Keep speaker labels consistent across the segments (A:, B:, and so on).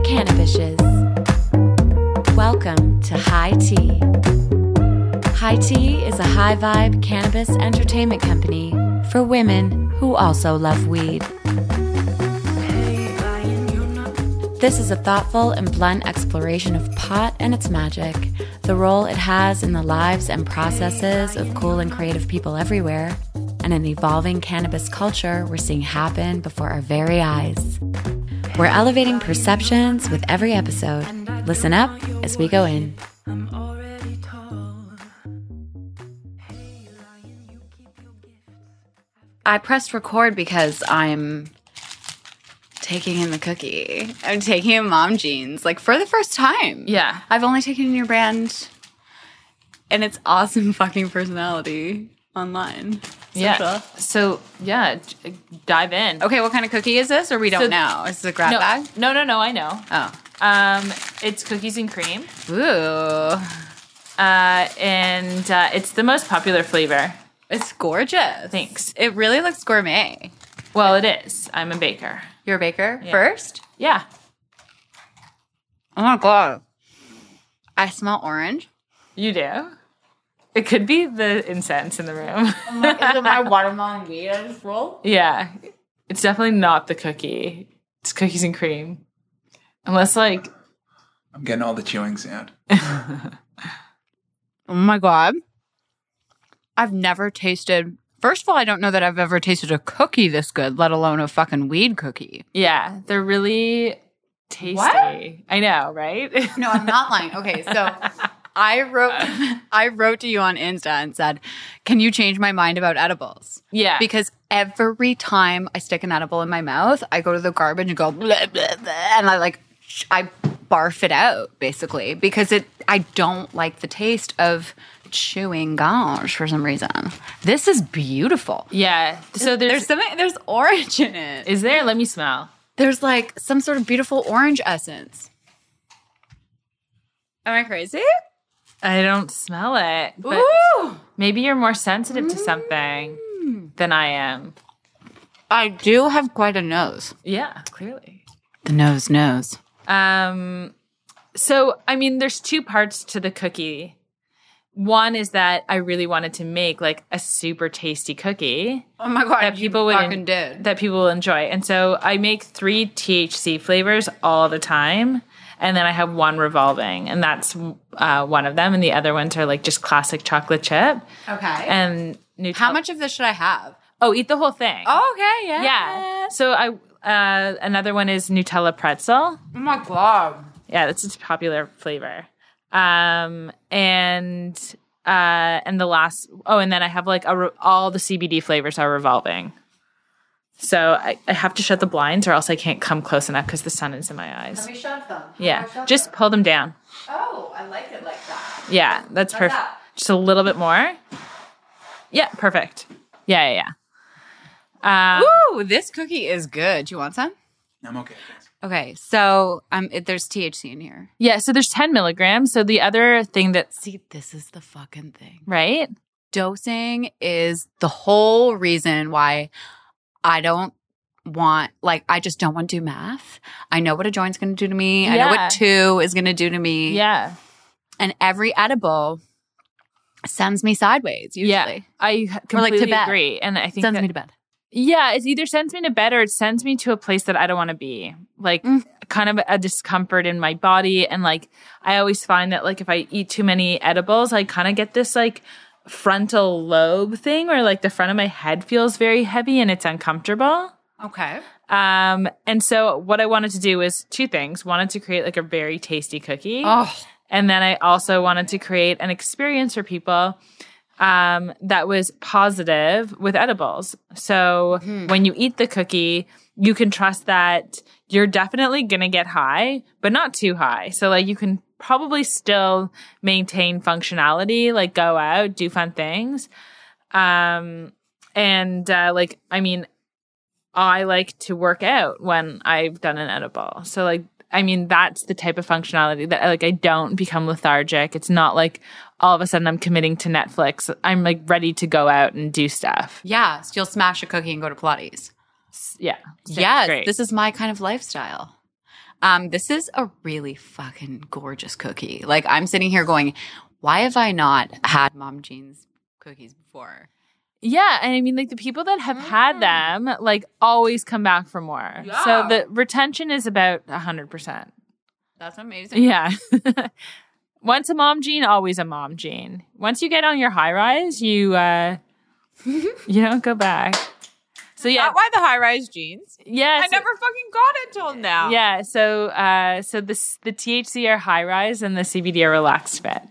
A: dishes. Welcome to High Tea. High Tea is a high vibe cannabis entertainment company for women who also love weed. This is a thoughtful and blunt exploration of pot and its magic, the role it has in the lives and processes of cool and creative people everywhere, and an evolving cannabis culture we're seeing happen before our very eyes. We're elevating perceptions with every episode. Listen up as we go in. I pressed record because I'm taking in the cookie. I'm taking in mom jeans, like for the first time.
B: Yeah.
A: I've only taken in your brand and its awesome fucking personality online.
B: Yeah.
A: Social.
B: So yeah, j- dive in.
A: Okay, what kind of cookie is this? Or we don't
B: So-
A: know. Is this a grab
B: No,
A: bag?
B: no, no, no. I know.
A: Oh.
B: Um, it's cookies and cream,
A: Ooh.
B: uh, and uh, it's the most popular flavor.
A: It's gorgeous.
B: Thanks.
A: It really looks gourmet.
B: Well, it is. I'm a baker.
A: You're a baker first?
B: Yeah.
A: Oh my god. I smell orange.
B: You do. It could be the incense in the room.
A: my watermelon weed I just rolled?
B: yeah. It's definitely not the cookie. It's cookies and cream. Unless like
C: I'm getting all the chewing sound.
A: Oh my god. I've never tasted first of all, I don't know that I've ever tasted a cookie this good, let alone a fucking weed cookie.
B: yeah, they're really tasty. I know, right?
A: No, I'm not lying. Okay, so I wrote I wrote to you on Insta and said, Can you change my mind about edibles?
B: yeah.
A: Because every time I stick an edible in my mouth, I go to the garbage and go blah, blah, blah, and I like sh- I barf it out basically because it I don't like the taste of chewing gosh for some reason. This is beautiful.
B: Yeah. So
A: There's
B: there's,
A: something there's orange in it.
B: is there? Let me smell.
A: There's like some sort of beautiful orange essence. Am I crazy?
B: I don't smell it. But
A: Ooh!
B: maybe you're more sensitive to something
A: Mm.
B: than I am.
A: I do have quite a nose.
B: Yeah, clearly.
A: The nose knows.
B: Um so I mean there's two parts to the cookie. One is that I really wanted to make like a super tasty cookie
A: Oh my god,
B: that people would
A: fucking did.
B: that people will enjoy. And so I make 3 THC flavors all the time. And then I have one revolving, and that's uh, one of them. And the other ones are like just classic chocolate chip
A: okay.
B: and Nutella.
A: How much of this should I have?
B: Oh, eat the whole thing.
A: Okay, yeah.
B: yeah. So I uh, another one is Nutella pretzel.
A: Oh my god.
B: Yeah, that's its popular flavor. Um, and uh, and the last oh, and then I have like a re- all the CBD flavors are revolving. So I, I have to shut the blinds, or else I can't come close enough because the sun is in my eyes.
A: We shove them.
B: Yeah, just pull them down.
A: Oh, I like it like that.
B: Yeah, that's perfect.
A: that?
B: Just a little bit more. Yeah, perfect. Yeah, yeah, yeah. Um,
A: Ooh, this cookie is good. You want some?
C: I'm okay. thanks.
A: Okay, so um, it, there's THC in here.
B: Yeah, so there's 10 milligrams. So the other thing that's
A: See, this is the fucking thing.
B: right.
A: Dosing is the whole reason why I don't want, like, I just don't want to do math. I know what a joint's going to do to me. I know
B: Yeah.
A: what two is going to do to me.
B: Yeah.
A: And every edible sends me sideways, usually.
B: Yeah. I h-
A: Or like
B: completely
A: Tibet.
B: agree. And I think
A: Sends
B: that-
A: me to bed.
B: yeah, it either sends me to bed or it sends me to a place that I don't want to be. Like
A: Mm.
B: kind of a discomfort in my body. And like I always find that like if I eat too many edibles, I kind of get this like frontal lobe thing where like the front of my head feels very heavy and it's uncomfortable.
A: Okay.
B: Um, and so what I wanted to do was two things. Wanted to create like a very tasty cookie.
A: Oh,
B: And then I also wanted to create an experience for people um, that was positive with edibles. So when you eat the cookie, you can trust that you're definitely going to get high, but not too high. So, like, you can probably still maintain functionality, like, go out, do fun things. Um, and, uh, like, I mean, I like to work out when I've done an edible. So like I mean that's the type of functionality that like I don't become lethargic. It's not like all of a sudden I'm committing to Netflix. I'm like ready to go out and do stuff.
A: yeah. So you'll smash a cookie and go to Pilates.
B: Yeah.
A: Yes,
B: Great.
A: this is my kind of lifestyle. Um, this is a really fucking gorgeous cookie. Like I'm sitting here going, why have I not had Mom Jean's cookies before?
B: Yeah, and I mean, like the people that have had them, like always come back for more. So
A: Yeah.
B: the retention is about hundred percent.
A: That's amazing.
B: Yeah. Once a mom gene, always a mom gene. Once you get on your high rise, you uh, you don't go back. So yeah,
D: Not why the high rise jeans.
B: yeah,
D: I
B: so-
D: never fucking got it till now.
B: yeah. So uh, so this the THC are high rise and the CBD are relaxed fit.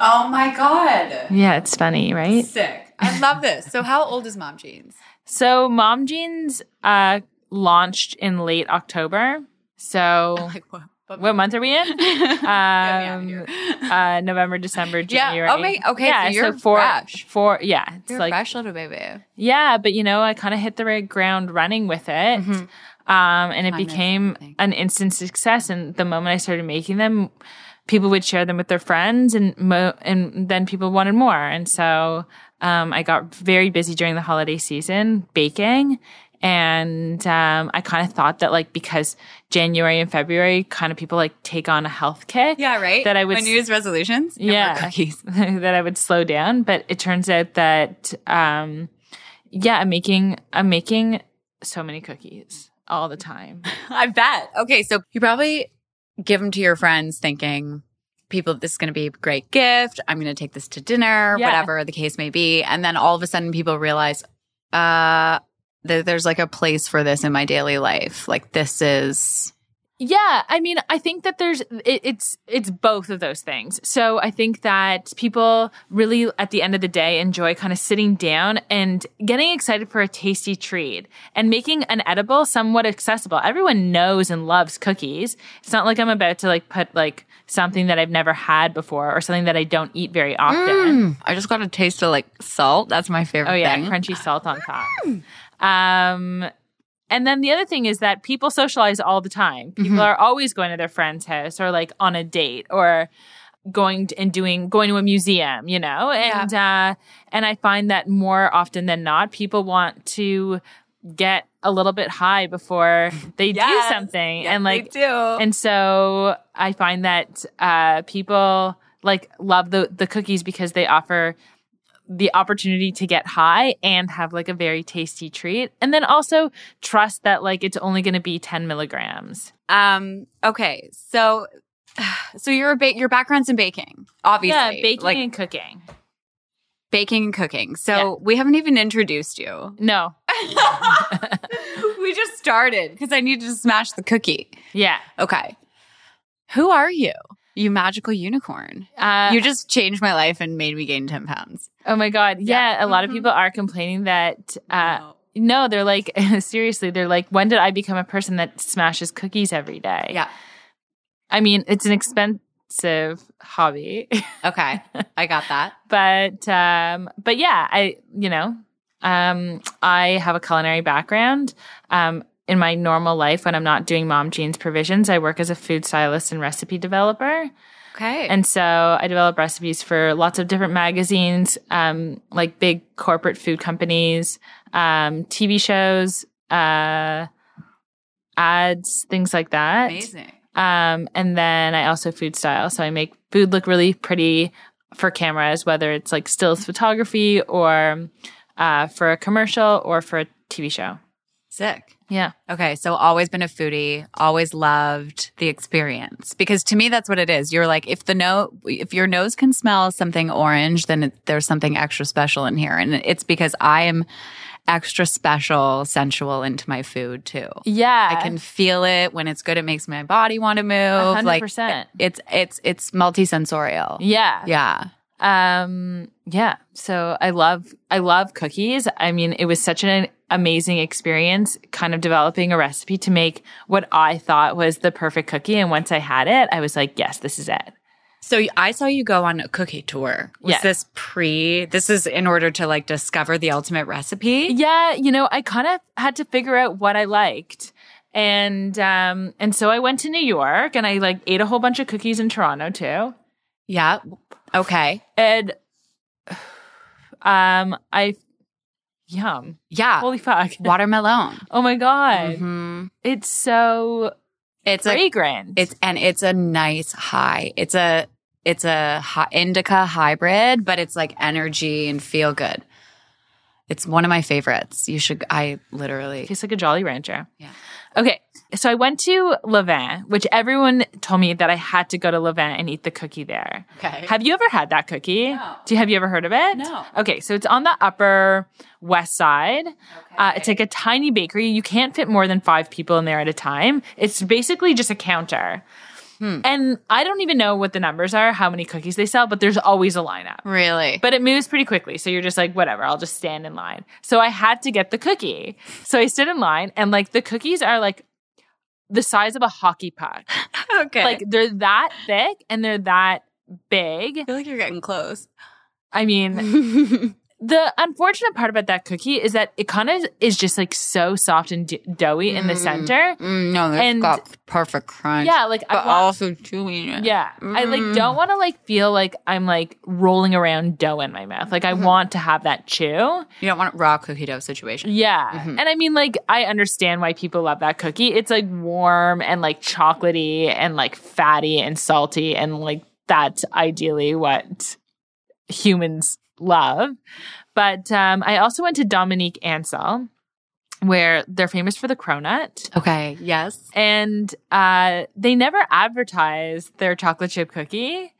A: Oh my god.
B: Yeah, it's funny, right?
A: Sick. I love this. So how old is Mom Jean's?
B: So mom jeans uh, launched in late October. So
A: Like what? But
B: what month are we in?
A: Get
B: Um,
A: me out of here.
B: uh, November, December,
A: Yeah,
B: January.
A: okay, okay, so you're
B: four,
A: fresh.
B: four, yeah, it's
A: You're a
B: like
A: fresh little baby.
B: yeah, but you know, I kind of hit the right ground running with it,
A: Mm-hmm.
B: um, and it
A: Time is
B: became
A: everything.
B: an instant success. And the moment I started making them, people would share them with their friends, and mo- and then people wanted more, and so um, I got very busy during the holiday season baking. And um, I kind of thought that, like, because January and February, kind of people like take on a health kick.
A: Yeah, right.
B: That I would
A: My New Year's resolutions. No more
B: Yeah.
A: cookies.
B: that I would slow down, but it turns out that um yeah, I'm making I'm making so many cookies all the time.
A: I bet. Okay, so you probably give them to your friends thinking, people, this is going to be a great gift. I'm going to take this to dinner,
B: Yeah.
A: whatever the case may be. And then all of a sudden people realize, uh, that there's like a place for this in my daily life. Like this is
B: Yeah, I mean, I think that there's it, it's it's both of those things. So I think that people really at the end of the day enjoy kind of sitting down and getting excited for a tasty treat and making an edible somewhat accessible. Everyone knows and loves cookies. It's not like I'm about to like put like something that I've never had before or something that I don't eat very often.
A: Mm, I just got a taste of like salt. That's my favorite
B: Oh yeah,
A: thing.
B: crunchy salt on top. Um, and then the other thing is that people socialize all the time. People
D: Mm-hmm.
B: are always going to their friend's house or like on a date or going to, and doing going to a museum, you know. And uh, and I find that more often than not, people want to get a little bit high before they
D: Yes.
B: do something,
D: Yes,
B: and
D: they
B: like
D: do.
A: Oh.
B: and so I find that uh, people like love the the cookies because they offer the opportunity to get high and have like a very tasty treat, and then also trust that like it's only going to be ten milligrams.
A: Um, okay. So, so you're a ba- your background's in baking, obviously.
B: yeah, baking
A: like
B: and cooking.
A: baking and cooking. So
B: Yeah.
A: we haven't even introduced you.
B: No,
A: we just started because I needed to smash the cookie.
B: yeah,
A: Okay. Who are you? You magical unicorn.
B: uh,
A: you just changed my life and made me gain 10 pounds.
B: Oh my god. Yeah, a lot
A: Mm-hmm.
B: of people are complaining that uh no. they're like seriously, they're like when did I become a person that smashes cookies every day?
A: Yeah.
B: I mean, it's an expensive hobby,
A: Okay. I got that.
B: but um but yeah, I you know, um I have a culinary background. Um in my normal life when I'm not doing mom jeans provisions, I work as a food stylist and recipe developer.
A: Okay.
B: And so I develop recipes for lots of different magazines, um, like big corporate food companies, um, TV shows, uh, ads, things like that.
A: amazing.
B: Um, and then I also food style. So I make food look really pretty for cameras, whether it's like stills photography or uh, for a commercial or for a TV show.
A: Sick.
B: Yeah.
A: Okay. So always been a foodie, always loved the experience because to me, that's what it is. You're like, if the no, if your nose can smell something orange, then it, there's something extra special in here. And it's because I am extra special, sensual into my food too.
B: Yeah.
A: I can feel it when it's good. It makes my body want to move. Like
B: 100%.
A: it's it's it's multisensorial.
B: Yeah.
A: Yeah.
B: Um yeah, so I love I love cookies. I mean, it was such an amazing experience kind of developing a recipe to make what I thought was the perfect cookie and once I had it, I was like, yes, this is it.
A: So y- I saw you go on a cookie tour. Was
B: Yes.
A: this pre? This is in order to like discover the ultimate recipe.
B: Yeah, you know, I kind of had to figure out what I liked. And um and so I went to New York and I like ate a whole bunch of cookies in Toronto too.
A: Yeah. Okay.
B: And um I yum.
A: Yeah. Ah.
B: Holy fuck.
A: Watermelon.
B: Oh my god.
A: Mhm.
B: It's so
A: Mm-hmm. It's a
B: fragrant.
A: it's and it's a nice high. It's a it's a hi- indica hybrid, but it's like energy and feel good. It's one of my favorites. You should. I literally.
B: tastes like a Jolly Rancher.
A: Yeah.
B: Okay. So I went to Levin, which everyone told me that I had to go to Levin and eat the cookie there.
A: Okay.
B: Have you ever had that cookie?
A: No.
B: Do you, have you ever heard of it?
A: No.
B: Okay, so it's on the upper west side. Uh, it's like a tiny bakery. You can't fit more than five people in there at a time. It's basically just a counter.
A: Hmm.
B: And I don't even know what the numbers are, how many cookies they sell, but there's always a lineup.
A: Really.
B: But it moves pretty quickly. So you're just like, whatever, I'll just stand in line. So I had to get the cookie. So I stood in line, and like the cookies are like the size of a hockey puck.
A: okay.
B: Like they're that thick and they're that big.
D: feel like you're getting close.
B: I
A: Mm.
B: mean, the unfortunate part about that cookie is that it kind of is just like so soft and d- doughy in the center.
A: Mm, no, it's
B: and-
A: got perfect crunch.
B: Yeah, like
A: But Mm.
B: I want,
A: also chewy.
B: yeah, I like don't want to like feel like I'm like rolling around dough in my mouth. Like I
A: Mm-hmm.
B: want to have that chew.
A: You don't want raw cookie dough situation.
B: Yeah. And I mean, like, I understand why people love that cookie. It's like warm and like chocolatey and like fatty and salty. And like, that's ideally what humans love. But um, I also went to Dominique Ansel, where they're famous for the cronut.
A: Okay. Yes.
B: And uh, they never advertise their chocolate chip cookie.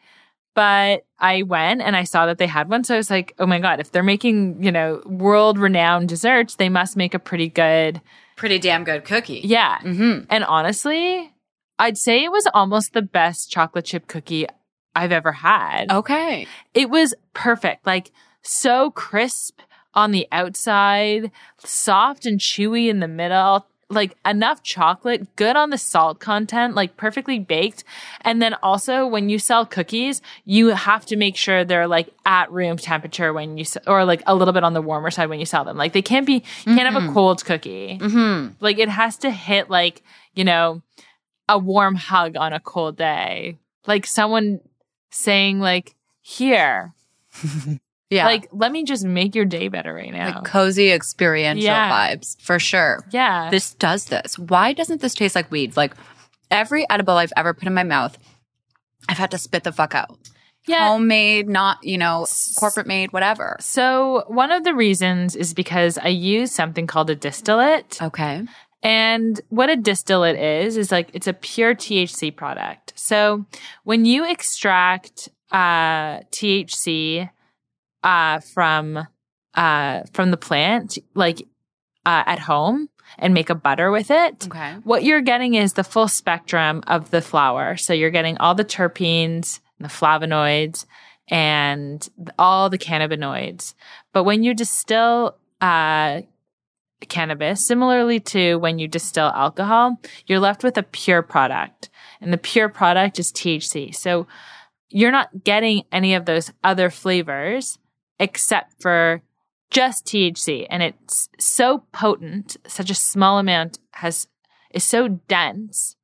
B: But I went and I saw that they had one. So I was like, oh my God, if they're making, you know, world renowned desserts, they must make a pretty good.
A: Pretty damn good cookie.
B: Yeah.
A: Mm-hmm.
B: And honestly, I'd say it was almost the best chocolate chip cookie I've ever had.
A: Okay.
B: It was perfect. Like so crisp on the outside, soft and chewy in the middle. Like enough chocolate, good on the salt content, like perfectly baked. And then also when you sell cookies, you have to make sure they're like at room temperature when you, s- or like a little bit on the warmer side when you sell them. Like they can't be, you can't have a cold cookie.
A: Mm-hmm.
B: Like it has to hit like, you know, a warm hug on a cold day. Like someone saying like, "Here.
A: Yeah.
B: Like let me just make your day better right now."
A: Like cozy experiential
B: Yeah.
A: vibes for sure.
B: yeah.
A: This does this. Why doesn't this taste like weed? Like every edible I've ever put in my mouth, I've had to spit the fuck out.
B: yeah.
A: Homemade, not, you know, corporate made, whatever.
B: So one of the reasons is because I use something called a distillate.
A: Okay.
B: And what a distillate is, is like it's a pure THC product. So when you extract uh, THC uh, from uh, from the plant, like uh, at home, and make a butter with it,
A: Okay.
B: what you're getting is the full spectrum of the flower. So you're getting all the terpenes, and the flavonoids, and th- all the cannabinoids. But when you distill uh, cannabis, similarly to when you distill alcohol, you're left with a pure product. And the pure product is THC. So you're not getting any of those other flavors except for just THC. And it's so potent, such a small amount has is so dense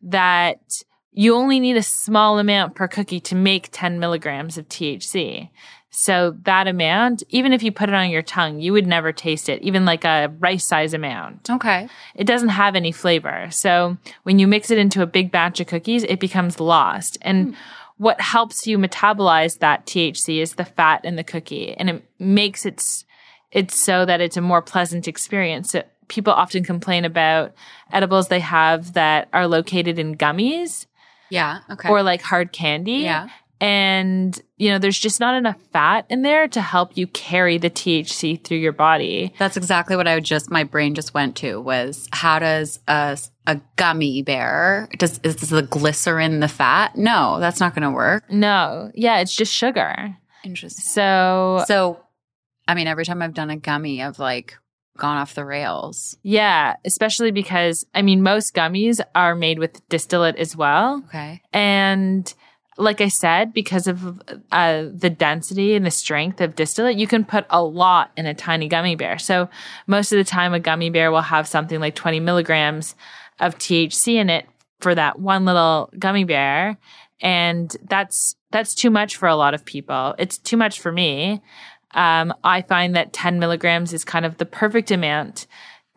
B: that you only need a small amount per cookie to make 10 milligrams of THC. So that amount, even if you put it on your tongue, you would never taste it, even like a rice size amount.
A: Okay.
B: It doesn't have any flavor. So when you mix it into a big batch of cookies, it becomes lost. And
A: Hmm.
B: what helps you metabolize that THC is the fat in the cookie and it makes it s- it's so that it's a more pleasant experience. So people often complain about edibles they have that are located in gummies
A: Yeah. Okay.
B: or like hard candy.
A: Yeah.
B: And, you know, there's just not enough fat in there to help you carry the THC through your body.
A: That's exactly what I would just my brain just went to was how does a a gummy bear does is the glycerin the fat? No, that's not going to work.
B: No. Yeah, it's just sugar.
A: Interesting.
B: So,
A: So, I mean, every time I've done a gummy, I've like gone off the rails.
B: yeah, especially because, I mean, most gummies are made with distillate as well.
A: Okay.
B: And like I said, because of uh, the density and the strength of distillate, you can put a lot in a tiny gummy bear. So most of the time, a gummy bear will have something like 20 milligrams of THC in it for that one little gummy bear, and that's that's too much for a lot of people. It's too much for me. Um, I find that 10 milligrams is kind of the perfect amount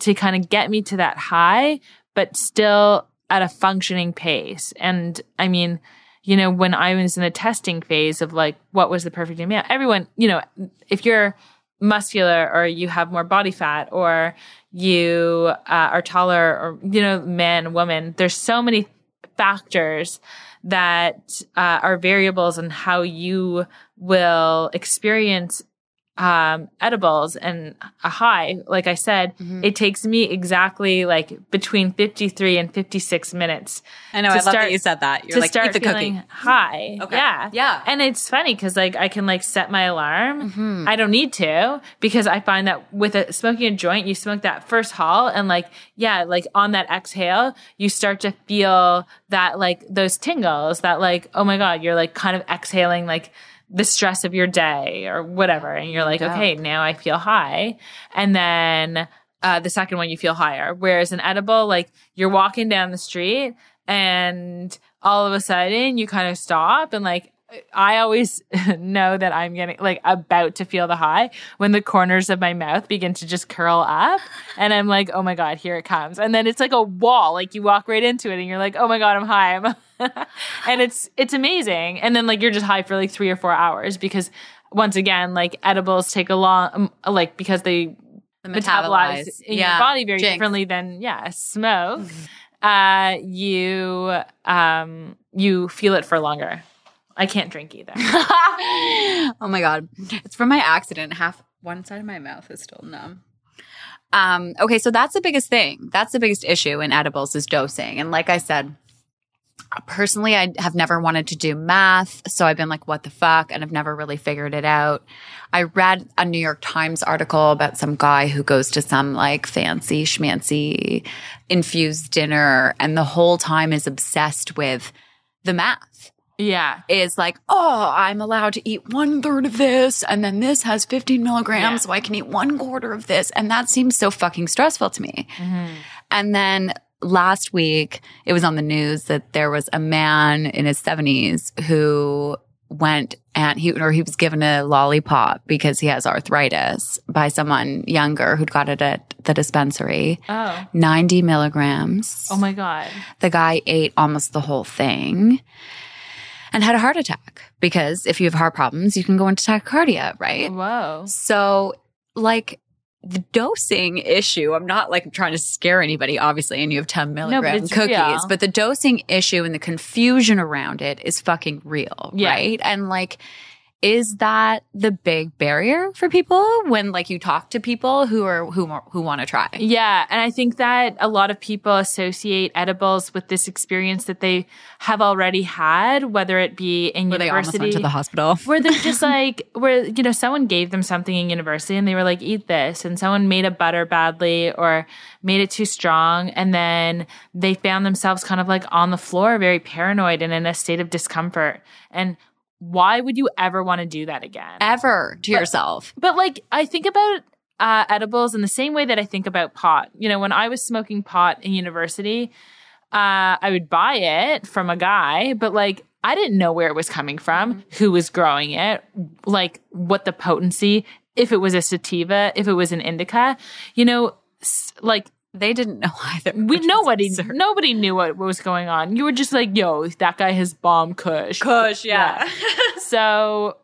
B: to kind of get me to that high, but still at a functioning pace. And I mean, you know, when I was in the testing phase of like what was the perfect amount, everyone, you know, if you're muscular or you have more body fat or you uh, are taller or, you know, man, woman, there's so many factors that uh, are variables in how you will experience um, edibles and a high. Like I said,
A: Mm-hmm.
B: it takes me exactly like between 53 and 56 minutes
A: I know.
B: To
A: I love
B: start-
A: that you said that. You're
B: to
A: like,
B: start
A: eat the
B: feeling
A: cookie. Mm-hmm.
B: high.
A: Okay.
B: Yeah.
A: Yeah.
B: And it's funny because like I can like set my alarm. I don't need to because I find that with a, smoking a joint, you smoke that first haul and like yeah, like on that exhale, you start to feel that like those tingles that like oh my god, you're like kind of exhaling like the stress of your day or whatever, and you're like okay, now I feel high, and then. Uh, the second one you feel higher. Whereas an edible, like you're walking down the street and all of a sudden you kind of stop and like I always know that I'm getting like about to feel the high when the corners of my mouth begin to just curl up and I'm like, "Oh my god, here it comes." And then it's like a wall, like you walk right into it and you're like, "Oh my god, I'm high." I'm and it's it's amazing. And then like you're just high for like 3 or 4 hours because once again, like edibles take a long um, like because they
A: The
B: metabolize, in your body very
A: Jinx. Mm-hmm.
B: differently than yeah smoke uh you um you feel it for longer i can't drink either
A: oh my god, it's from my accident. Half one side of my mouth is still numb. Um, okay, so that's the biggest thing. That's the biggest issue in edibles is dosing. And like I said, personally, I have never wanted to do math, so I've been like, what the fuck, and I've never really figured it out. I read a New York Times article about some guy who goes to some like fancy schmancy infused dinner, and the whole time is obsessed with the math
B: yeah
A: is like, oh, I'm allowed to eat one third of this, and then this has 15 milligrams,
B: Yeah.
A: so I can eat one quarter of this. And that seems so fucking stressful to me. And then last week, it was on the news that there was a man in his 70s who went and he or he was given a lollipop because he has arthritis by someone younger who'd got it at the dispensary
B: oh
A: 90 milligrams
B: oh my god
A: the guy ate almost the whole thing and had a heart attack because if you have heart problems, you can go into tachycardia, right?
B: whoa
A: So, like, the dosing issue, I'm not like trying to scare anybody, obviously, and you have 10
B: but
A: milligram
B: it's
A: cookies,
B: real.
A: but the dosing issue and the confusion around it is fucking real,
B: Yeah.
A: right? And like, is that the big barrier for people when like you talk to people who are who who want to try?
B: Yeah, and I think that a lot of people associate edibles with this experience that they have already had, whether it be in
A: Where they almost
B: university,
A: went to the hospital.
B: where they're just like where you know someone gave them something in university and they were like eat this and someone made a butter badly or made it too strong and then they found themselves kind of like on the floor very paranoid and in a state of discomfort and why would you ever want to do that again
A: Ever to yourself.
B: but like I think about uh, edibles in the same way that I think about pot. You know, when I was smoking pot in university, uh, I would buy it from a guy, but like I didn't know where it was coming from, who was growing it, like what the potency, if it was a sativa, if it was an indica. You know, s- like
A: They didn't know either.
B: we nobody nobody knew what, what was going on. You were just like, yo, that guy has bomb kush.
D: Kush, yeah.
B: so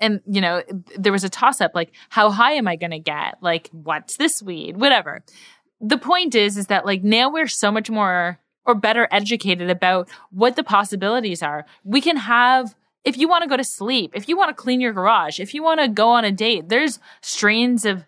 B: and you know there was a toss up like how high am i going to get like what's this weed whatever the point is is that like now we're so much more or better educated about what the possibilities are we can have if you want to go to sleep if you want to clean your garage if you want to go on a date there's strains of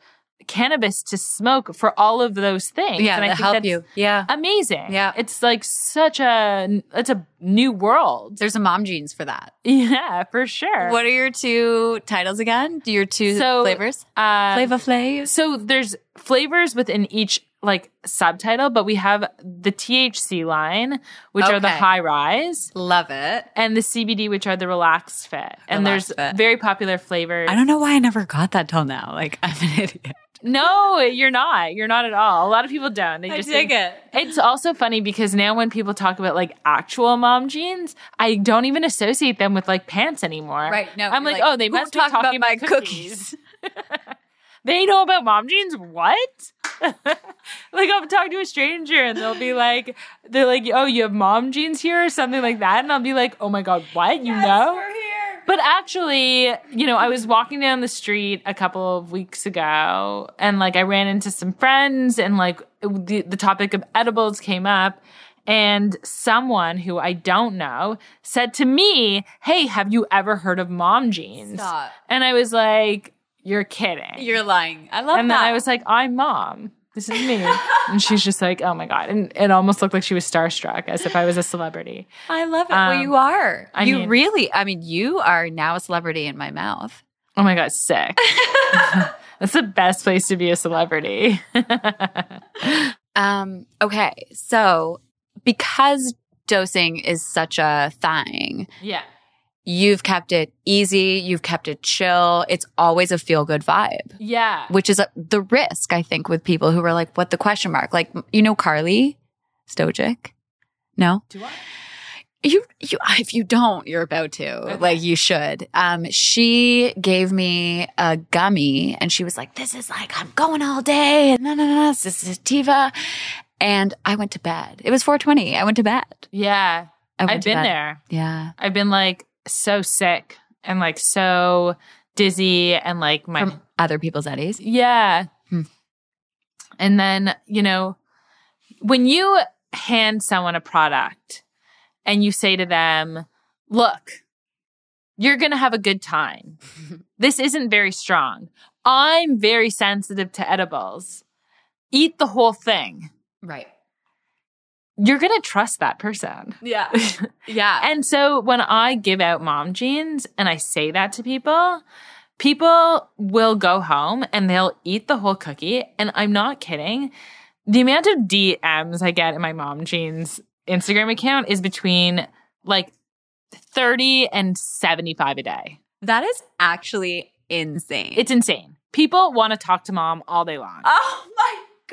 B: cannabis to smoke for all of those things
A: Yeah,
B: and i
A: to
B: think
A: help
B: that's
A: you. Yeah.
B: amazing
A: Yeah.
B: it's like such a it's a new world
A: There's a mom jeans for that.
B: yeah for sure
A: What are your two titles again? Your two
B: So,
A: flavors?
B: uh,
A: Flavor Flaves.
B: So there's flavors within each like subtitle, but we have the THC line, which are the
A: Okay.
B: high rise,
A: Love it.
B: and the CBD, which are the relaxed fit. And
A: Relaxed
B: there's
A: fit.
B: very popular flavors.
A: I don't know why I never got that till now. Like I'm an idiot.
B: No, you're not. You're not at all. A lot of people don't. They just think-
A: it.
B: It's also funny because now when people talk about like actual mom jeans, I don't even associate them with like pants anymore.
A: Right. No.
B: I'm
A: you're
B: like, oh, they
A: who
B: must be
A: talked
B: talking about,
A: my
B: cookies. they know about mom jeans. What? like I'll talk to a stranger and they'll be like, they're like, oh, you have mom jeans here or something like that, and I'll be like, oh my god, what? You know? But actually, you know, I was walking down the street a couple of weeks ago and like I ran into some friends and like the, the topic of edibles came up. And someone who I don't know said to me, Hey, have you ever heard of mom jeans?
A: Stop.
B: And I was like, You're kidding.
A: You're lying. I love
B: and
A: that.
B: then I was like, I'm mom. This is me. and she's just like, Oh my God. And it almost looked like she was starstruck as if I was a celebrity.
A: I love it. well,
B: Um,
A: you are.
B: I
A: you
B: mean-
A: really. I mean, you are now a celebrity in my mouth.
B: Oh my god, sick. That's the best place to be a celebrity.
A: Um. Okay. So because dosing is such a thing,
B: yeah.
A: you've kept it easy. You've kept it chill. It's always a feel good vibe.
B: Yeah.
A: which is uh, the risk I think with people who are like, "What the question mark?" Like you know, Carly Stojic. No,
B: Do I?
A: you you if you don't, you're about to. Like you should. Um, she gave me a gummy, and she was like, "This is like I'm going all day." And no, no, no, this is sativa. And I went to bed. It was 4:20. I went to bed.
B: Yeah.
A: I went
B: I've
A: to
B: been
A: bed.
B: there.
A: Yeah,
B: I've been like so sick and like so dizzy and like my
A: from other people's eddies.
B: Yeah.
A: Hmm.
B: And then, you know, when you hand someone a product and you say to them, look, you're going to have a good time. this isn't very strong. I'm very sensitive to edibles. Eat the whole thing.
A: Right.
B: You're going to trust that person.
A: Yeah. Yeah.
B: And so when I give out mom jeans and I say that to people, people will go home and they'll eat the whole cookie. And I'm not kidding. The amount of DMs I get in my mom jeans Instagram account is between like 30 and 75 a day.
A: that is actually insane.
B: It's insane. People want to talk to mom all day long.
A: Uh,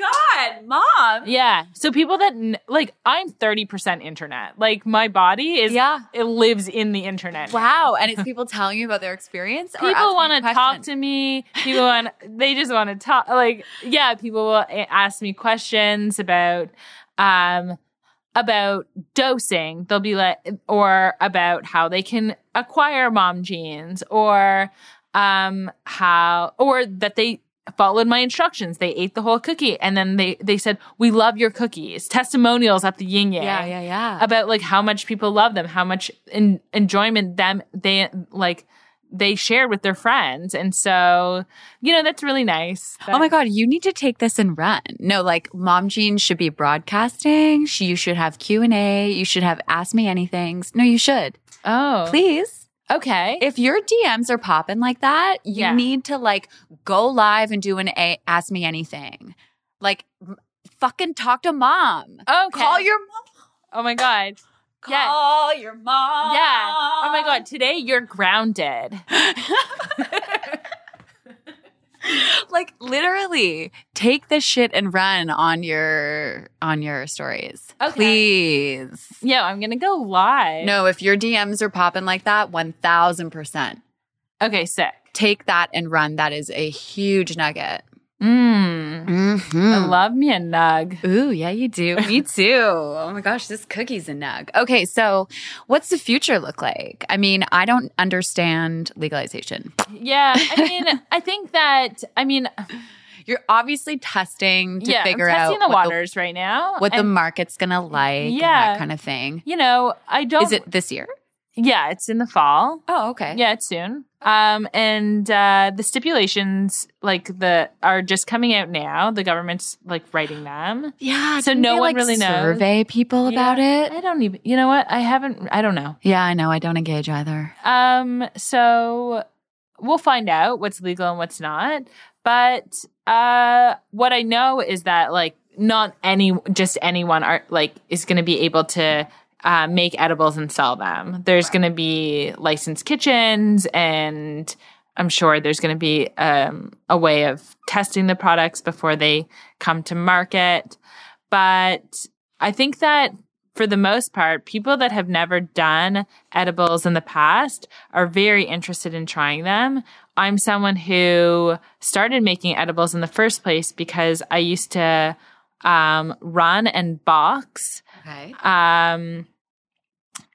D: Oh my God, mom.
B: Yeah. So people that kn- like I'm 30% internet. Like my body is
A: yeah.
B: it lives in the internet.
A: Wow. And it's people telling you about their experience. or
B: people
A: asking
B: want to talk
A: questions?
B: to me people want they just want to talk like yeah people will a- ask me questions about um about dosing they'll be like or about how they can acquire mom genes or um how or that they followed my instructions they ate the whole cookie and then they they said we love your cookies testimonials at the yin yang
A: Yeah, yeah, yeah.
B: about like how much people love them, how much en- enjoyment them they like they shared with their friends, and so you know that's really nice.
A: Oh my God, you need to take this and run. No, like Mom Jeans should be broadcasting. Sh- You should have Q&A. You should have Ask Me Anythings. No, you should.
B: Oh,
A: Please.
B: Okay.
A: If your DMs are popping like that, you
B: Yeah.
A: need to like go live and do an a- Ask Me Anything. Like m- fucking talk to mom.
B: okay.
A: Call your mom.
B: Oh my god. Yeah.
D: Call your mom.
B: Yeah. Oh my god. Today you're grounded.
A: Like literally take this shit and run on your on your stories.
B: Okay.
A: Please.
B: Yeah, I'm gonna go live.
A: No, if your DMs are popping like that, 1000%.
B: Okay. Sick.
A: Take that and run. That is a huge nugget. Oh.
B: Mm.
A: Hmm.
B: I love me a nug.
A: Ooh, yeah, you do. Me too. Oh my gosh, this cookie's a nug. Okay, so what's the future look like? I mean, I don't understand legalization.
B: Yeah. I mean, I think that I mean,
A: You're obviously testing to
B: yeah, I'm
A: figure
B: testing
A: out
B: the
A: what
B: waters right now.
A: what the
B: and,
A: market's gonna like, and
B: Yeah. Oh.
A: that kind of thing.
B: you know, I don't.
A: Is it this year?
B: Yeah, it's in the fall.
A: Oh, okay.
B: Yeah, it's soon. Um, and uh, the stipulations, like the, are just coming out now. The government's like writing them.
A: yeah.
B: So
A: didn't
B: no
A: they,
B: one
A: like,
B: really knows.
A: Survey people about it.
B: I don't even. You know what? I haven't. I don't know.
A: Yeah, I know. I don't engage either.
B: Um, so we'll find out what's legal and what's not. But uh, what I know is that like not any, just anyone are like is going to be able to. Uh, make edibles and sell them. There's going to be licensed kitchens, and I'm sure there's going to be um, a way of testing the products before they come to market. But I think that for the most part, people that have never done edibles in the past are very interested in trying them. I'm someone who started making edibles in the first place because I used to um, run and box.
A: Okay.
B: Um,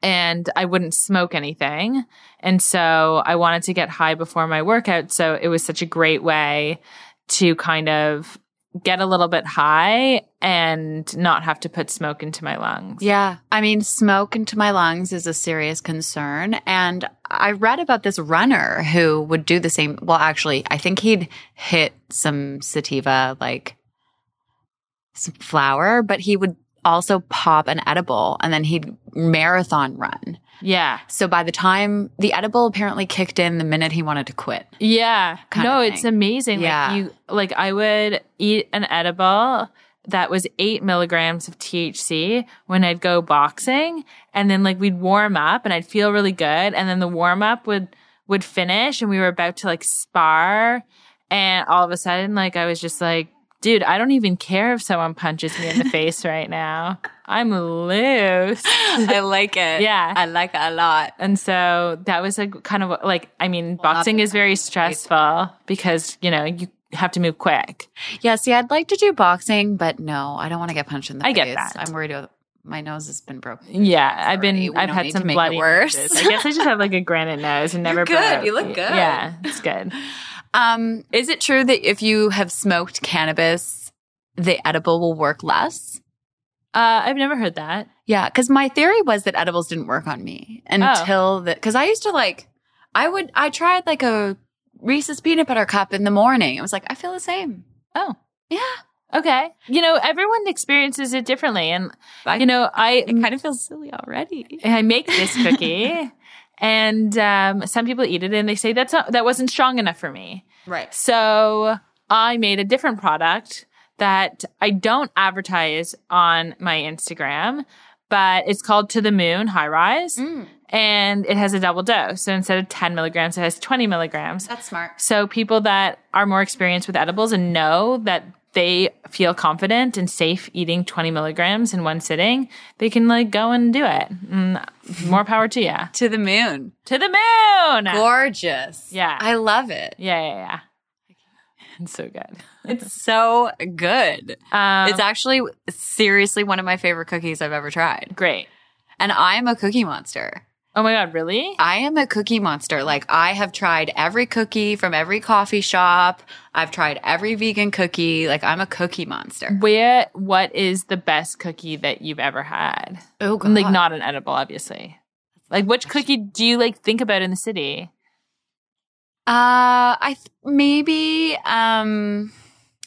B: and I wouldn't smoke anything. And so I wanted to get high before my workout. So it was such a great way to kind of get a little bit high and not have to put smoke into my lungs.
A: Yeah. I mean, smoke into my lungs is a serious concern. And I read about this runner who would do the same. Well, actually, I think he'd hit some sativa, like some flower, but he would also pop an edible and then he'd marathon run.
B: Yeah.
A: So by the time the edible apparently kicked in the minute he wanted to quit.
B: Yeah.
A: kind
B: no,
A: of
B: it's
A: thing.
B: amazing.
A: Yeah.
B: Like you like I would eat an edible that was eight milligrams of THC when I'd go boxing and then like we'd warm up and I'd feel really good. And then the warm up would would finish and we were about to like spar and all of a sudden like I was just like Dude, I don't even care if someone punches me in the face right now. I'm loose.
A: I like it.
B: Yeah.
A: I like it a lot.
B: And so that was like kind of like I mean, boxing is very stressful because you know you have to move quick.
A: Yeah, see, I'd like to do boxing, but no, I don't want to get punched in the
B: I
A: face.
B: get that.
A: I'm worried about my nose has been broken.
B: Yeah,
A: Sorry,
B: I've been
A: we
B: I've
A: don't
B: had
A: need
B: some
A: to make it
B: bloody
A: worse.
B: noses. I guess I just have like a granite nose and never.
A: You're good.
B: broke.
A: You look good.
B: Yeah, it's good. Uh,
A: Um, is it true that if you have smoked cannabis, the edible will work less?
B: Uh, I've never heard that.
A: Yeah, because my theory was that edibles didn't work on me until the because I used to like I would I tried like a Reese's peanut butter cup in the morning. It was like I feel the same.
B: Oh.
A: yeah,
B: Okay, you know everyone experiences it differently, and you know I
A: it kind of feels silly already.
B: I make this cookie, and um, some people eat it and they say that's not, that wasn't strong enough for me.
A: Right.
B: So I made a different product that I don't advertise on my Instagram, but it's called To the Moon High Rise. And it has a double dose. So instead of 10 milligrams, it has 20 milligrams.
A: That's smart.
B: So people that are more experienced with edibles and know that they feel confident and safe eating 20 milligrams in one sitting, they can like go and do it. Mm, more power to you.
A: To the moon.
B: To the moon.
A: Gorgeous.
B: Yeah.
A: I love it.
B: Yeah, yeah, yeah. It's so good.
A: It's so good.
B: Um,
A: it's actually seriously one of my favorite cookies I've ever tried.
B: great.
A: And I am a cookie monster.
B: Oh my god, really?
A: I am a cookie monster. Like I have tried every cookie from every coffee shop. I've tried every vegan cookie. Like I'm a cookie monster.
B: Where? What is the best cookie that you've ever had?
A: Oh
B: Like not an edible, obviously. Like which cookie do you like think about in the city?
A: Uh, I th- maybe um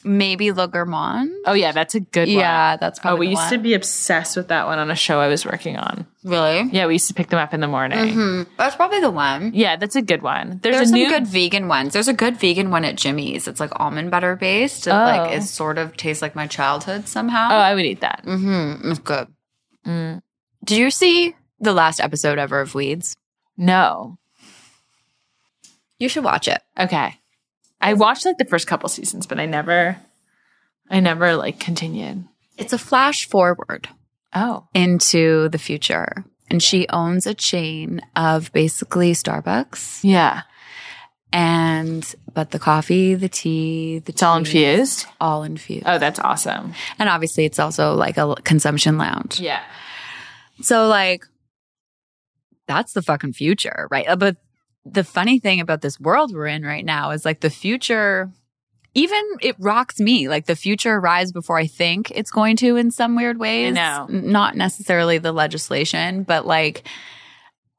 A: maybe Le Gourmand.
B: Oh yeah, that's a good one.
A: yeah, that's
B: Oh,
A: probably.
B: we
A: the
B: used to
A: one.
B: be obsessed with that one on a show I was working on.
A: really.
B: Yeah, we used to pick them up in the morning.
A: Mhm. That's probably the one.
B: Yeah, that's a good one. There's,
A: There's,
B: a
A: some
B: new
A: good vegan ones. There's a good vegan one at Jimmy's. It's like almond butter based. It like
B: Oh.
A: is sort of tastes like my childhood
B: Oh,
A: somehow.
B: I Mm. would eat that.
A: mm-hmm. It's good. Did you see the last episode ever of Weeds?
B: No.
A: You should watch it.
B: Okay. I watched like the first couple seasons, but I never I never like continued.
A: It's a flash forward
B: Oh.
A: into the future. And she owns a chain of basically Starbucks.
B: Yeah.
A: And, but the coffee, the tea, the
B: It's all
A: teas,
B: infused.
A: all infused.
B: Oh, that's awesome.
A: And obviously, it's also like a consumption lounge.
B: Yeah.
A: So like that's the fucking future, right? Uh, But the funny thing about this world we're in right now is like the future even it rocks me. Like the future arrives before I think it's going to in some weird ways.
B: know.
A: N- Not necessarily the legislation, but like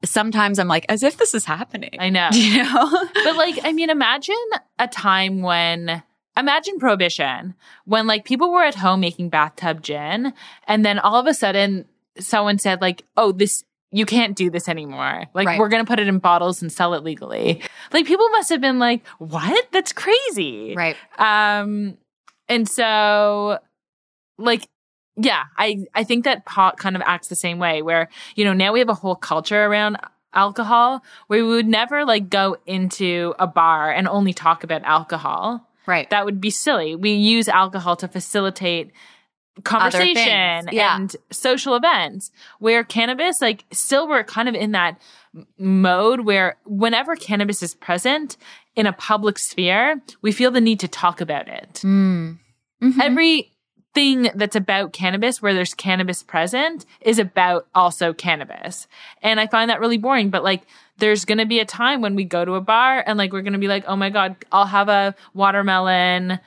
A: sometimes I'm like, as if this is happening.
B: I know.
A: You know?
B: But like, I mean, imagine a time when imagine prohibition, when like people were at home making bathtub gin, and then all of a sudden someone said, like, oh, this you can't do this anymore. Like
A: Right.
B: we're gonna put it in bottles and sell it legally. Like people must have been like, What? That's crazy.
A: right.
B: Um and so like yeah, I I think that pot kind of acts the same way where you know, now we have a whole culture around alcohol where we would never like go into a bar and only talk about alcohol.
A: Right.
B: That would be silly. We use alcohol to facilitate conversation
A: things, yeah.
B: and social events where cannabis like still we're kind of in that m- mode where whenever cannabis is present in a public sphere we feel the need to talk about it
A: Mhm.
B: everything that's about cannabis where there's cannabis present is about also cannabis and i find that really boring but like there's gonna be a time when we go to a bar and like we're gonna be like oh my god i'll have a watermelon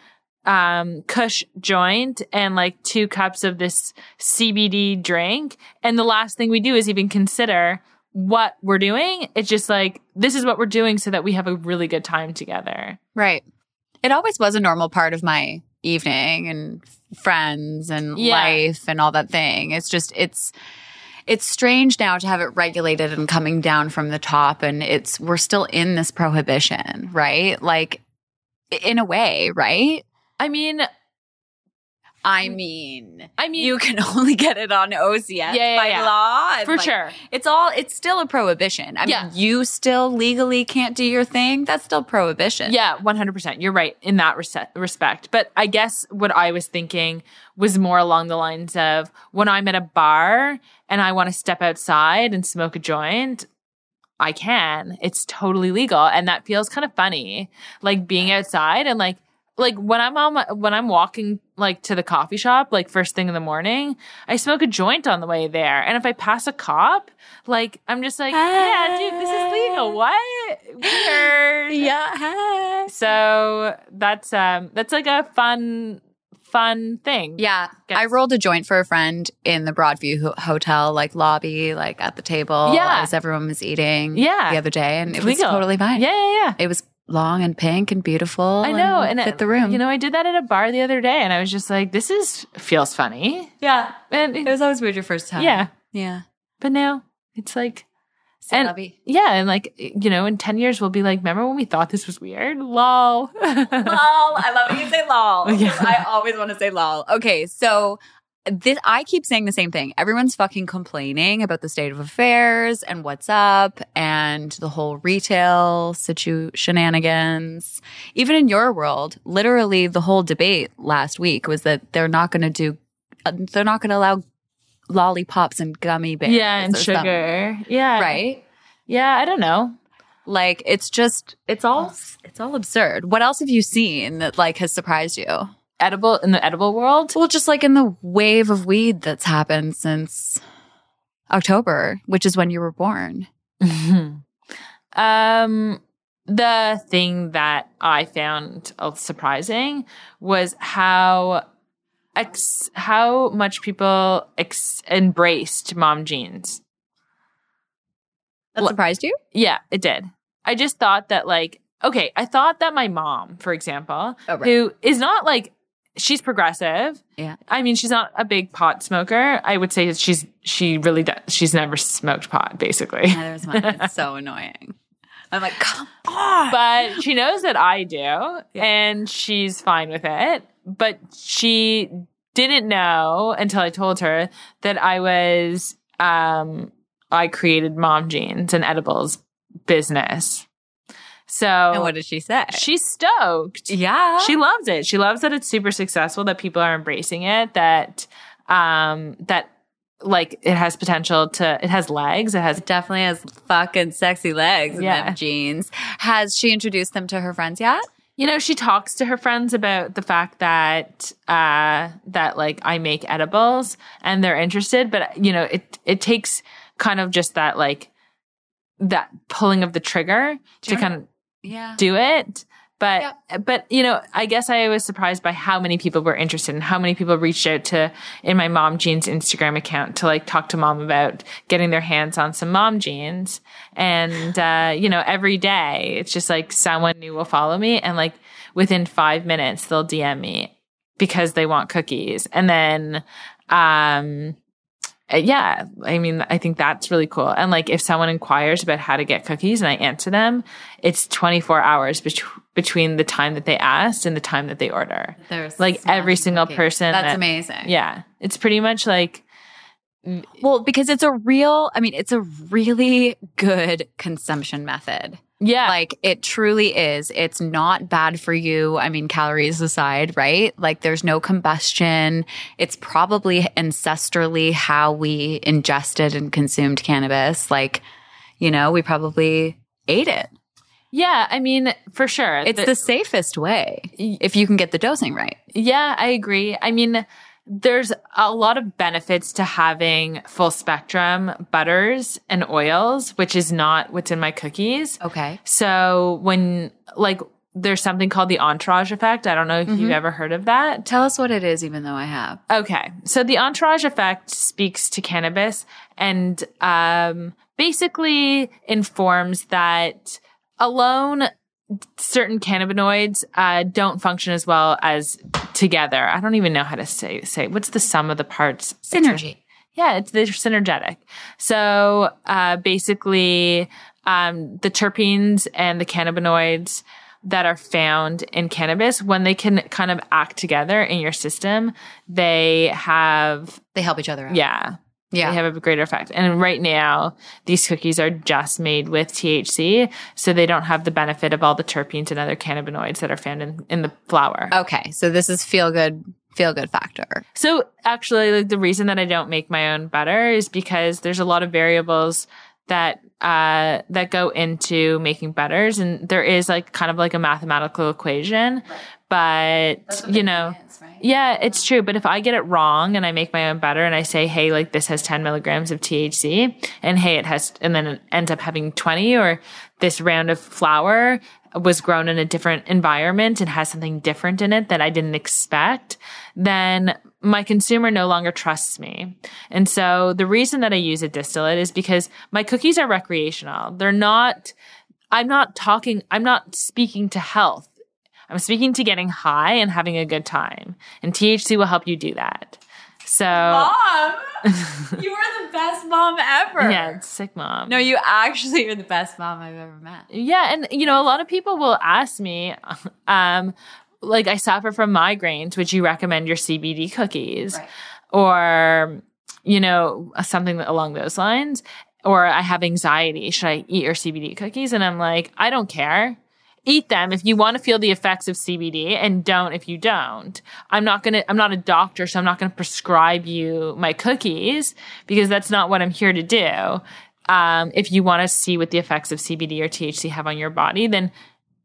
B: um kush joint and like two cups of this cbd drink and the last thing we do is even consider what we're doing it's just like this is what we're doing so that we have a really good time together
A: Right. It always was a normal part of my evening and friends and
B: Yeah.
A: life and all that thing. It's just it's it's strange now to have it regulated and coming down from the top and it's we're still in this prohibition, right? Like i- in a way, right?
B: i mean
A: I
B: Mm.
A: mean,
B: i mean
A: you can only get it on OCS
B: yeah,
A: by
B: yeah.
A: law. and,
B: for
A: like,
B: sure
A: It's all it's still a prohibition. I
B: Yeah.
A: mean, you still legally can't do your thing. That's still prohibition.
B: Yeah, 100%. You're right in that rese- respect. But I guess what I was thinking was more along the lines of when I'm at a bar and I want to step outside and smoke a joint, I can. It's totally legal and that feels kind of funny. Like being outside and like like when I'm on my, when I'm walking like to the coffee shop like first thing in the morning, I smoke a joint on the way there. And if I pass a cop, like I'm just like, yeah, dude, this is legal. What? Weird.
A: Yeah.
B: So that's um that's like a fun fun thing.
A: Yeah.
B: Gets-
A: I rolled a joint for a friend in the Broadview ho- hotel, like lobby, like at the table
B: Yeah.
A: as everyone was eating
B: Yeah.
A: the other day. And
B: It's
A: it was
B: legal.
A: totally fine.
B: Yeah, yeah, yeah.
A: It was long and pink and beautiful.
B: I know,
A: And,
B: and
A: fit
B: it-
A: the room.
B: You know, I did that at a bar the other day, and I was just like, "This is feels funny,"
A: yeah.
B: and it-
A: was always weird your first time.
B: yeah.
A: Yeah.
B: But now it's like,
A: So
B: And-
A: lovey.
B: yeah, and like you know, in ten years we'll be like, "Remember when we thought this was weird?" Lol.
A: lol. I love when you say lol.
B: Yeah.
A: I always want to say lol. Okay, so this I keep saying the same thing. Everyone's fucking complaining about the state of affairs and what's up and the whole retail situ shenanigans. Even in your world, literally the whole debate last week was that they're not going to do uh, they're not going to allow lollipops and gummy bears.
B: yeah, and
A: or something,
B: sugar. Yeah,
A: right?
B: Yeah, I don't know.
A: Like it's just it's all it's all absurd. What else have you seen that like has surprised you?
B: Edible in the edible world.
A: Well, just like in the wave of weed that's happened since October, which is when you were born.
B: um the thing that i found uh, surprising was how ex- how much people ex- embraced mom jeans
A: That
B: Well-
A: surprised you?
B: yeah it did i just thought that like okay i thought that my mom for example
A: Oh, right.
B: who is not like she's progressive
A: Yeah.
B: i mean she's not a big pot smoker i would say that she's she really does she's never smoked pot basically
A: Neither is mine. It's so annoying. I'm like, come on.
B: but she knows that I do, and she's fine with it. But she didn't know until I told her that I was, um, I created Mom Jeans and Edibles business. So
A: and what did she say?
B: she's stoked.
A: yeah.
B: She loves it. She loves that it's super successful, that people are embracing it, that, um, that like it has potential to, it has legs, it has
A: definitely has fucking sexy legs and
B: Yeah.
A: them jeans. Has she introduced them to her friends yet?
B: You know, she talks to her friends about the fact that uh that like I make edibles and they're interested, but you know, it it takes kind of just that like that pulling of the trigger to
A: Sure.
B: kind of
A: Yeah.
B: do it. But but you know, I guess I was surprised by how many people were interested and how many people reached out to in my mom jeans Instagram account to like talk to mom about getting their hands on some mom jeans. And uh, you know, every day it's just like someone new will follow me and like within five minutes they'll DM me because they want cookies. And then um uh, yeah, I mean, I think that's really cool. And like, if someone inquires about how to get cookies and I answer them, it's 24 hours bet- between the time that they asked and the time that they order.
A: There's
B: Like, every single person
A: That's
B: that-
A: amazing.
B: Yeah. It's pretty much like,
A: Well, because it's a real, I mean, it's a really good consumption method.
B: Yeah.
A: Like it truly is. It's not bad for you. I mean, calories aside, right? Like there's no combustion. It's probably ancestrally how we ingested and consumed cannabis. Like, you know, we probably ate it.
B: yeah. I mean, for sure.
A: It's the safest way if you can get the dosing right.
B: Yeah, I agree. I mean, there's a lot of benefits to having full spectrum butters and oils, which is not what's in my cookies.
A: Okay.
B: So when like there's something called the entourage effect. I don't know if you've ever heard of that.
A: Tell us what it is, even though I have.
B: Okay. So the entourage effect speaks to cannabis and um, basically informs that alone, certain cannabinoids uh, don't function as well as together. I don't even know how to say say what's the sum of the parts
A: Synergy.
B: yeah, it's they're synergetic. So uh, basically, um, the terpenes and the cannabinoids that are found in cannabis, when they can kind of act together in your system, they have
A: They help each other out.
B: yeah,
A: Yeah.
B: they have a greater effect. And right now, these cookies are just made with THC, so they don't have the benefit of all the terpenes and other cannabinoids that are found in, in the flower.
A: okay. So this is feel good, feel good factor.
B: So actually, like, the reason that I don't make my own butter is because there's a lot of variables that uh, that go into making butters, and there is like kind of like a mathematical equation, but you know. Yeah, it's true. But if I get it wrong and I make my own butter and I say, hey, like this has 10 milligrams of THC and hey, it has, and then it ends up having 20 or this round of flour was grown in a different environment and has something different in it that I didn't expect, then my consumer no longer trusts me. And so the reason that I use a distillate is because my cookies are recreational. They're not, I'm not talking, I'm not speaking to health. I'm speaking to getting high and having a good time. And THC will help you do that. So,
D: Mom, you are the best mom ever.
B: yeah, it's sick mom.
A: No, you actually are the best mom I've ever met.
B: Yeah, and you know, a lot of people will ask me, um, like I suffer from migraines. Would you recommend your CBD cookies,
A: Right.
B: or you know, something along those lines? Or I have anxiety. Should I eat your CBD cookies? And I'm like, I don't care. Eat them if you want to feel the effects of CBD, and don't if you don't. I'm not gonna. I'm not a doctor, so I'm not gonna prescribe you my cookies because that's not what I'm here to do um, if you want to see what the effects of CBD or THC have on your body, then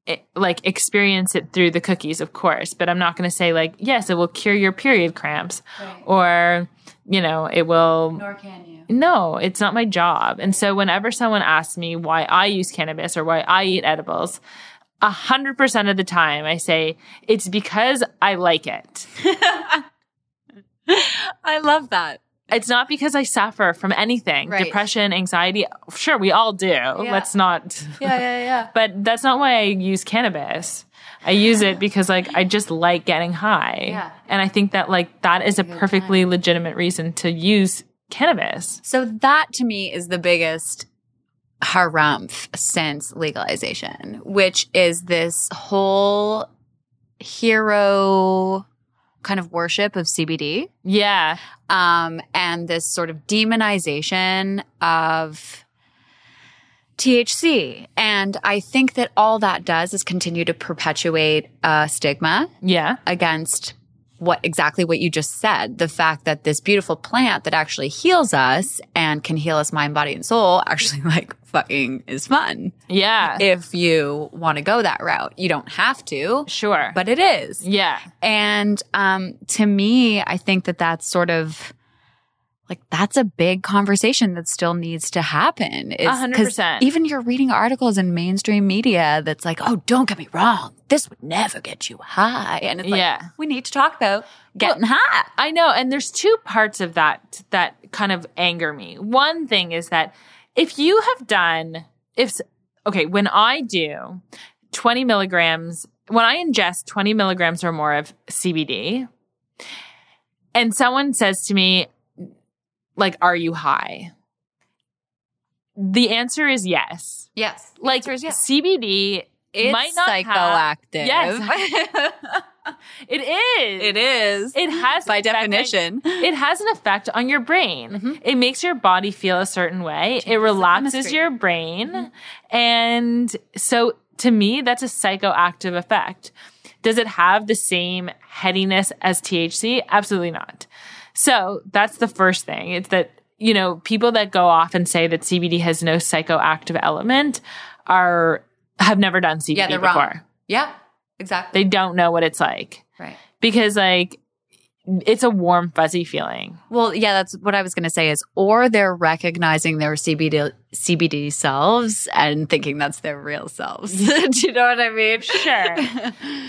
B: it, eh, like experience it through the cookies, of course. But I'm not going to say like, yes, it will cure your period cramps, or you know, it will.
A: Nor can you.
B: No, it's not my job. And so whenever someone asks me why I use cannabis or why I eat edibles, a hundred percent of the time I say it's because I like it.
A: I love that.
B: It's not because I suffer from anything,
A: Right.
B: depression, anxiety. Sure, we all do. Let's not
A: Yeah, yeah, yeah.
B: but that's not why I use cannabis. I use it because like I just like getting high.
A: Yeah.
B: And I think that like that is a perfectly legitimate reason to use cannabis.
A: So that to me is the biggest harumph since legalization, which is this whole hero kind of worship of CBD
B: Yeah.
A: um, and this sort of demonization of THC. And I think that all that does is continue to perpetuate a stigma
B: Yeah.
A: against what exactly what you just said the fact that this beautiful plant that actually heals us and can heal us mind body and soul actually like fucking is fun
B: Yeah.
A: if you want to go that route you don't have to
B: sure.
A: but it is
B: yeah.
A: and um, to me, I think that that's sort of like that's a big conversation that still needs to happen. Is-
B: 100%.
A: Even you're reading articles in mainstream media that's like, oh, don't get me wrong, this would never get you high. And it's like,
B: Yeah.
A: we need to talk about getting high.
B: I know. And there's two parts of that that kind of anger me. One thing is that if you have done, if, s- okay, when I do 20 milligrams, when I ingest 20 milligrams or more of CBD, and someone says to me, like, are you high? The answer is yes.
A: Yes.
B: Like,
A: Answer is yes.
B: CBD
A: It's
B: might not have-
A: psychoactive.
B: Yes. It is.
A: It is.
B: It has
A: by
B: an effect on-
A: definition.
B: it has an effect on your brain.
A: Mm-hmm.
B: It makes your body feel a certain way. it relaxes
A: chemistry.
B: your brain,
A: Mm-hmm.
B: and so to me, that's a psychoactive effect. Does it have the same headiness as THC? Absolutely not. So that's the first thing. It's that you know people that go off and say that CBD has no psychoactive element are have never done CBD
A: Yeah, they're
B: before.
A: wrong. Yeah, exactly.
B: They don't know what it's like
A: right.
B: because like it's a warm fuzzy feeling
A: Well, yeah, that's what I was going to say is or they're recognizing their CBD CBD selves and thinking that's their real selves. Do you know what I mean?
B: sure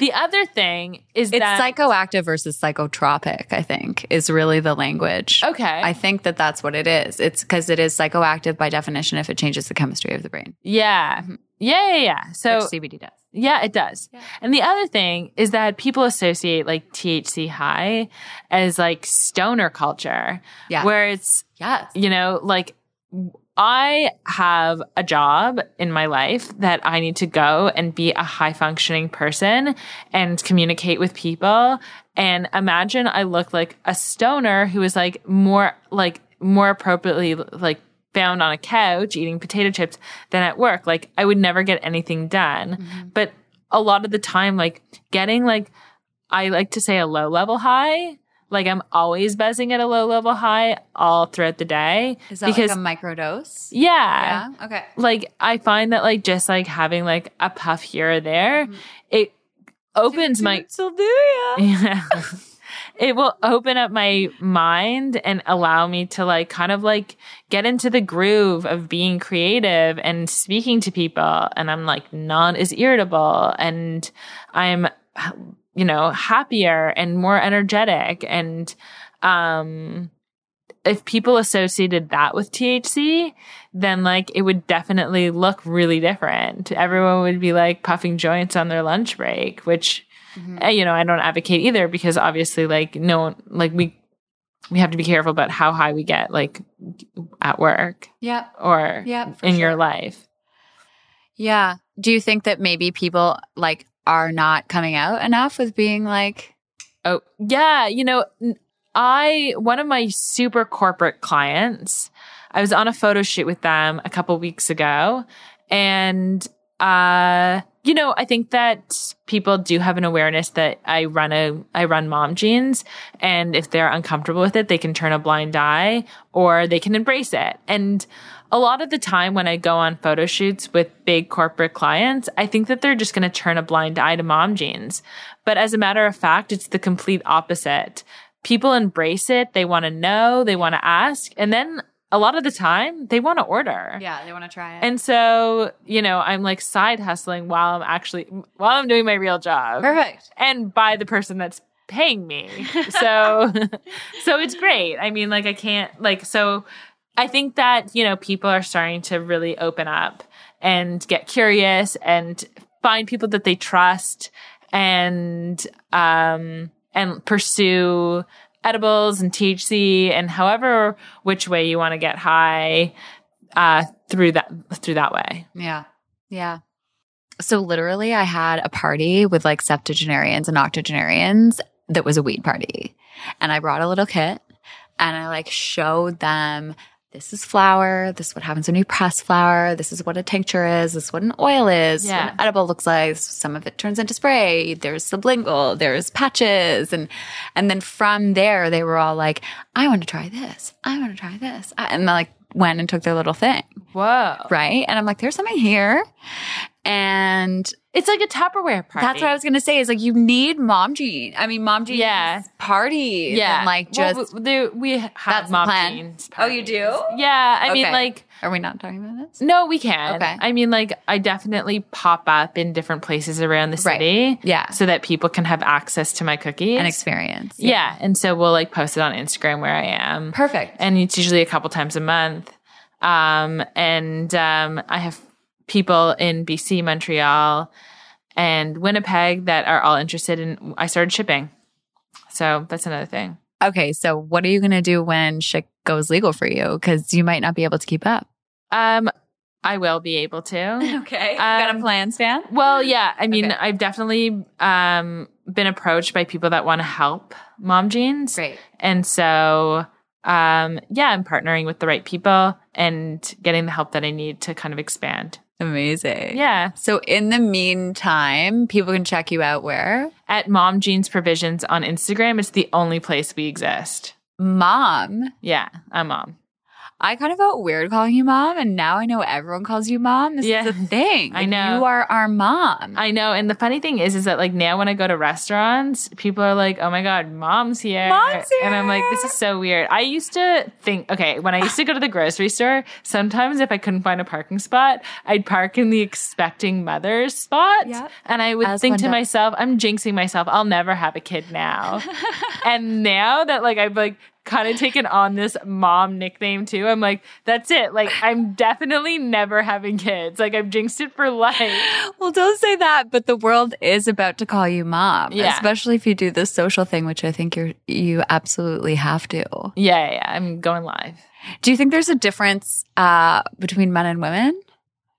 B: the other thing is
A: It's
B: that
A: psychoactive versus psychotropic, I think, is really the language.
B: okay
A: I think that that's what it is. It's because it is psychoactive by definition if it changes the chemistry of the brain,
B: yeah yeah yeah yeah so
A: which CBD does.
B: yeah it does and the other thing is that people associate like thc high as like stoner culture
A: Yeah.
B: where it's
A: Yes.
B: you know like i have a job in my life that i need to go and be a high functioning person and communicate with people and imagine i look like a stoner who is like more like more appropriately like found on a couch eating potato chips than at work like i would never get anything done
A: Mm-hmm.
B: but a lot of the time like getting like I like to say a low level high. Like I'm always buzzing at a low level high all throughout the day.
A: Is that
B: because
A: like a microdose?
B: yeah,
A: yeah. Okay.
B: Like I find that like just like having like a puff here or there, it opens my yeah. it will open up my mind and allow me to like kind of like get into the groove of being creative and speaking to people and i'm like not as irritable and i'm you know happier and more energetic and um if people associated that with THC, then like it would definitely look really different. Everyone would be like puffing joints on their lunch break, which
A: Mm-hmm.
B: uh, you know, I don't advocate either because obviously like no one like we we have to be careful about how high we get like at work
A: Yep.
B: or
A: Yep. for
B: in your
A: sure.
B: life.
A: Yeah. Do you think that maybe people like are not coming out enough with being like
B: Oh, yeah. You know, n- I, one of my super corporate clients, I was on a photo shoot with them a couple weeks ago. And, uh, you know, I think that people do have an awareness that I run a, I run mom jeans. And if they're uncomfortable with it, they can turn a blind eye or they can embrace it. And a lot of the time when I go on photo shoots with big corporate clients, I think that they're just going to turn a blind eye to mom jeans. But as a matter of fact, it's the complete opposite. People embrace it. They want to know. They want to ask. And then a lot of the time they want to order.
A: Yeah, they want to try it.
B: And so, you know, I'm like side hustling while I'm actually, while I'm doing my real job
A: perfect.
B: and by the person that's paying me. So so it's great. I mean like I can't like so I think that, you know, people are starting to really open up and get curious and find people that they trust and um and pursue edibles and THC and however which way you want to get high uh through that through that way.
A: Yeah. Yeah. So literally I had a party with like septuagenarians and octogenarians that was a weed party. And I brought a little kit and I like showed them this is flour, this is what happens when you press flour, this is what a tincture is, this is what an oil is, this is
B: Yeah.
A: what an edible looks like, some of it turns into spray, there's sublingual, there's patches and and then from there they were all like I want to try this. I want to try this. I, and they like went and took their little thing
B: Whoa.
A: right? And I'm like, there's something here. And
B: It's like a Tupperware party.
A: that's what I was gonna say is like you need mom jean. I mean, mom jean
B: Yeah.
A: parties and like
B: Well,
A: just
B: w- there- we have
A: That's the
B: mom
A: plan.
B: jeans.
A: Oh, you do?
B: parties. Yeah, I mean,
A: Okay.
B: like
A: are we not talking about this?
B: no, we can.
A: Okay.
B: I mean, like I definitely pop up in different places around the
A: Right.
B: city,
A: Yeah.
B: so that people can have access to my cookies
A: An experience.
B: Yeah. and so we'll like post it on Instagram where I am,
A: Perfect.
B: and it's usually a couple times a month. Um, and um, I have people in BC, Montreal, and Winnipeg that are all interested in. I started shipping, so that's another thing.
A: okay, so what are you gonna do when shit goes legal for you? Because you might not be able to keep up.
B: Um, I will be able to.
D: Okay.
A: Got a
B: Um,
A: plan, Stan?
B: Well, yeah. I mean,
A: Okay.
B: I've definitely um, been approached by people that want to help mom jeans.
A: Great.
B: And so, um, yeah, I'm partnering with the right people and getting the help that I need to kind of expand.
A: Amazing.
B: Yeah.
A: So in the meantime, people can check you out where?
B: At Mom Jeans Provisions on Instagram, it's the only place we exist.
A: Mom.
B: Yeah, I'm mom.
A: I kind of felt weird calling you mom, and now I know everyone calls you mom. This
B: Yeah.
A: is a thing.
B: I
A: Like,
B: know.
A: You are our mom.
B: I know. And the funny thing is, is that like now when I go to restaurants, people are like, oh my God, mom's here.
A: Mom's
B: And I'm like,
A: here.
B: this is so weird. I used to think, okay, when I used to go to the grocery store, sometimes if I couldn't find a parking spot, I'd park in the expecting mother's spot.
A: Yep.
B: And I would
A: As
B: think
A: one
B: to
A: does.
B: myself, I'm jinxing myself. I'll never have a kid now. and now that like I've like kind of taken on this mom nickname too, I'm like, that's it. Like I'm definitely never having kids. Like I've jinxed it for life.
A: well, don't say that, but the world is about to call you mom,
B: Yeah.
A: especially if you do this social thing, which I think you're you absolutely have to.
B: Yeah, yeah, yeah, I'm going live.
A: Do you think there's a difference uh, between men and women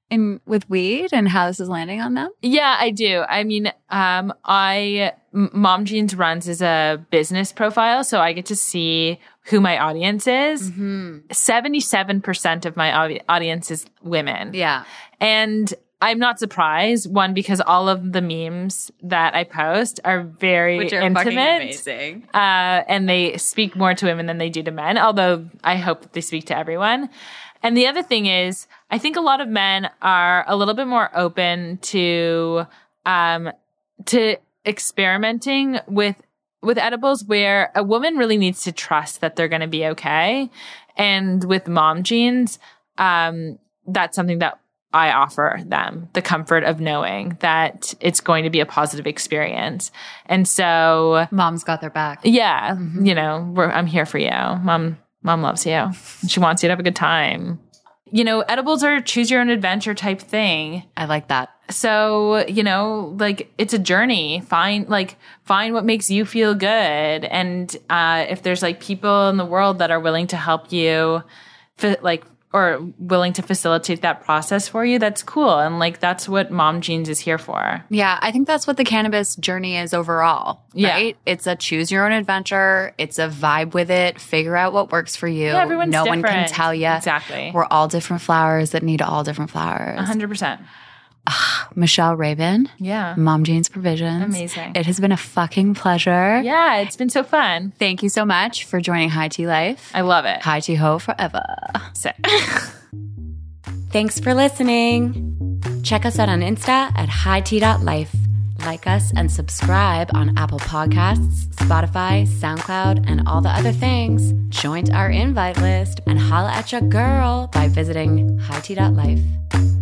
A: in with weed and how this is landing on them?
B: Yeah, I do. I mean, um, I M- Mom Jeans runs as a business profile, so I get to see who my audience is.
A: Mm-hmm.
B: 77% of my au- audience is women.
A: Yeah.
B: And I'm not surprised, one, because all of the memes that I post are very intimate.
A: amazing.
B: uh, and they speak more to women than they do to men, although I hope that they speak to everyone. And the other thing is, I think a lot of men are a little bit more open to um, to experimenting with with edibles where a woman really needs to trust that they're going to be okay. And with mom jeans, um, that's something that I offer them the comfort of knowing that it's going to be a positive experience. And so,
A: Mom's got their back.
B: yeah, you know, we're, I'm here for you. Mom, mom loves you. And She wants you to have a good time. You know, edibles are a choose your own adventure type thing.
A: I like that.
B: So, you know, like it's a journey. Find like find what makes you feel good and uh if there's like people in the world that are willing to help you fi- like or willing to facilitate that process for you, that's cool. And like that's what Mom Jeans is here for.
A: Yeah, I think that's what the cannabis journey is overall.
B: Yeah.
A: Right? It's a choose your own adventure. It's a vibe with it. Figure out what works for you.
B: Yeah, everyone's
A: no one can
B: different.
A: tell you.
B: Exactly.
A: We're all different flowers that need all different flowers.
B: 100%.
A: Michelle Rabin,
B: Yeah.
A: Mom Jeans Provisions.
B: Amazing.
A: It has been a fucking pleasure.
B: Yeah, it's been so fun.
A: Thank you so much for joining High Tea Life.
B: I love it.
A: High Tea Ho forever.
B: Sick.
E: Thanks for listening. Check us out on Insta at hightea.life. Like us and subscribe on Apple Podcasts, Spotify, SoundCloud, and all the other things. Join our invite list and holla at your girl by visiting hightea.life.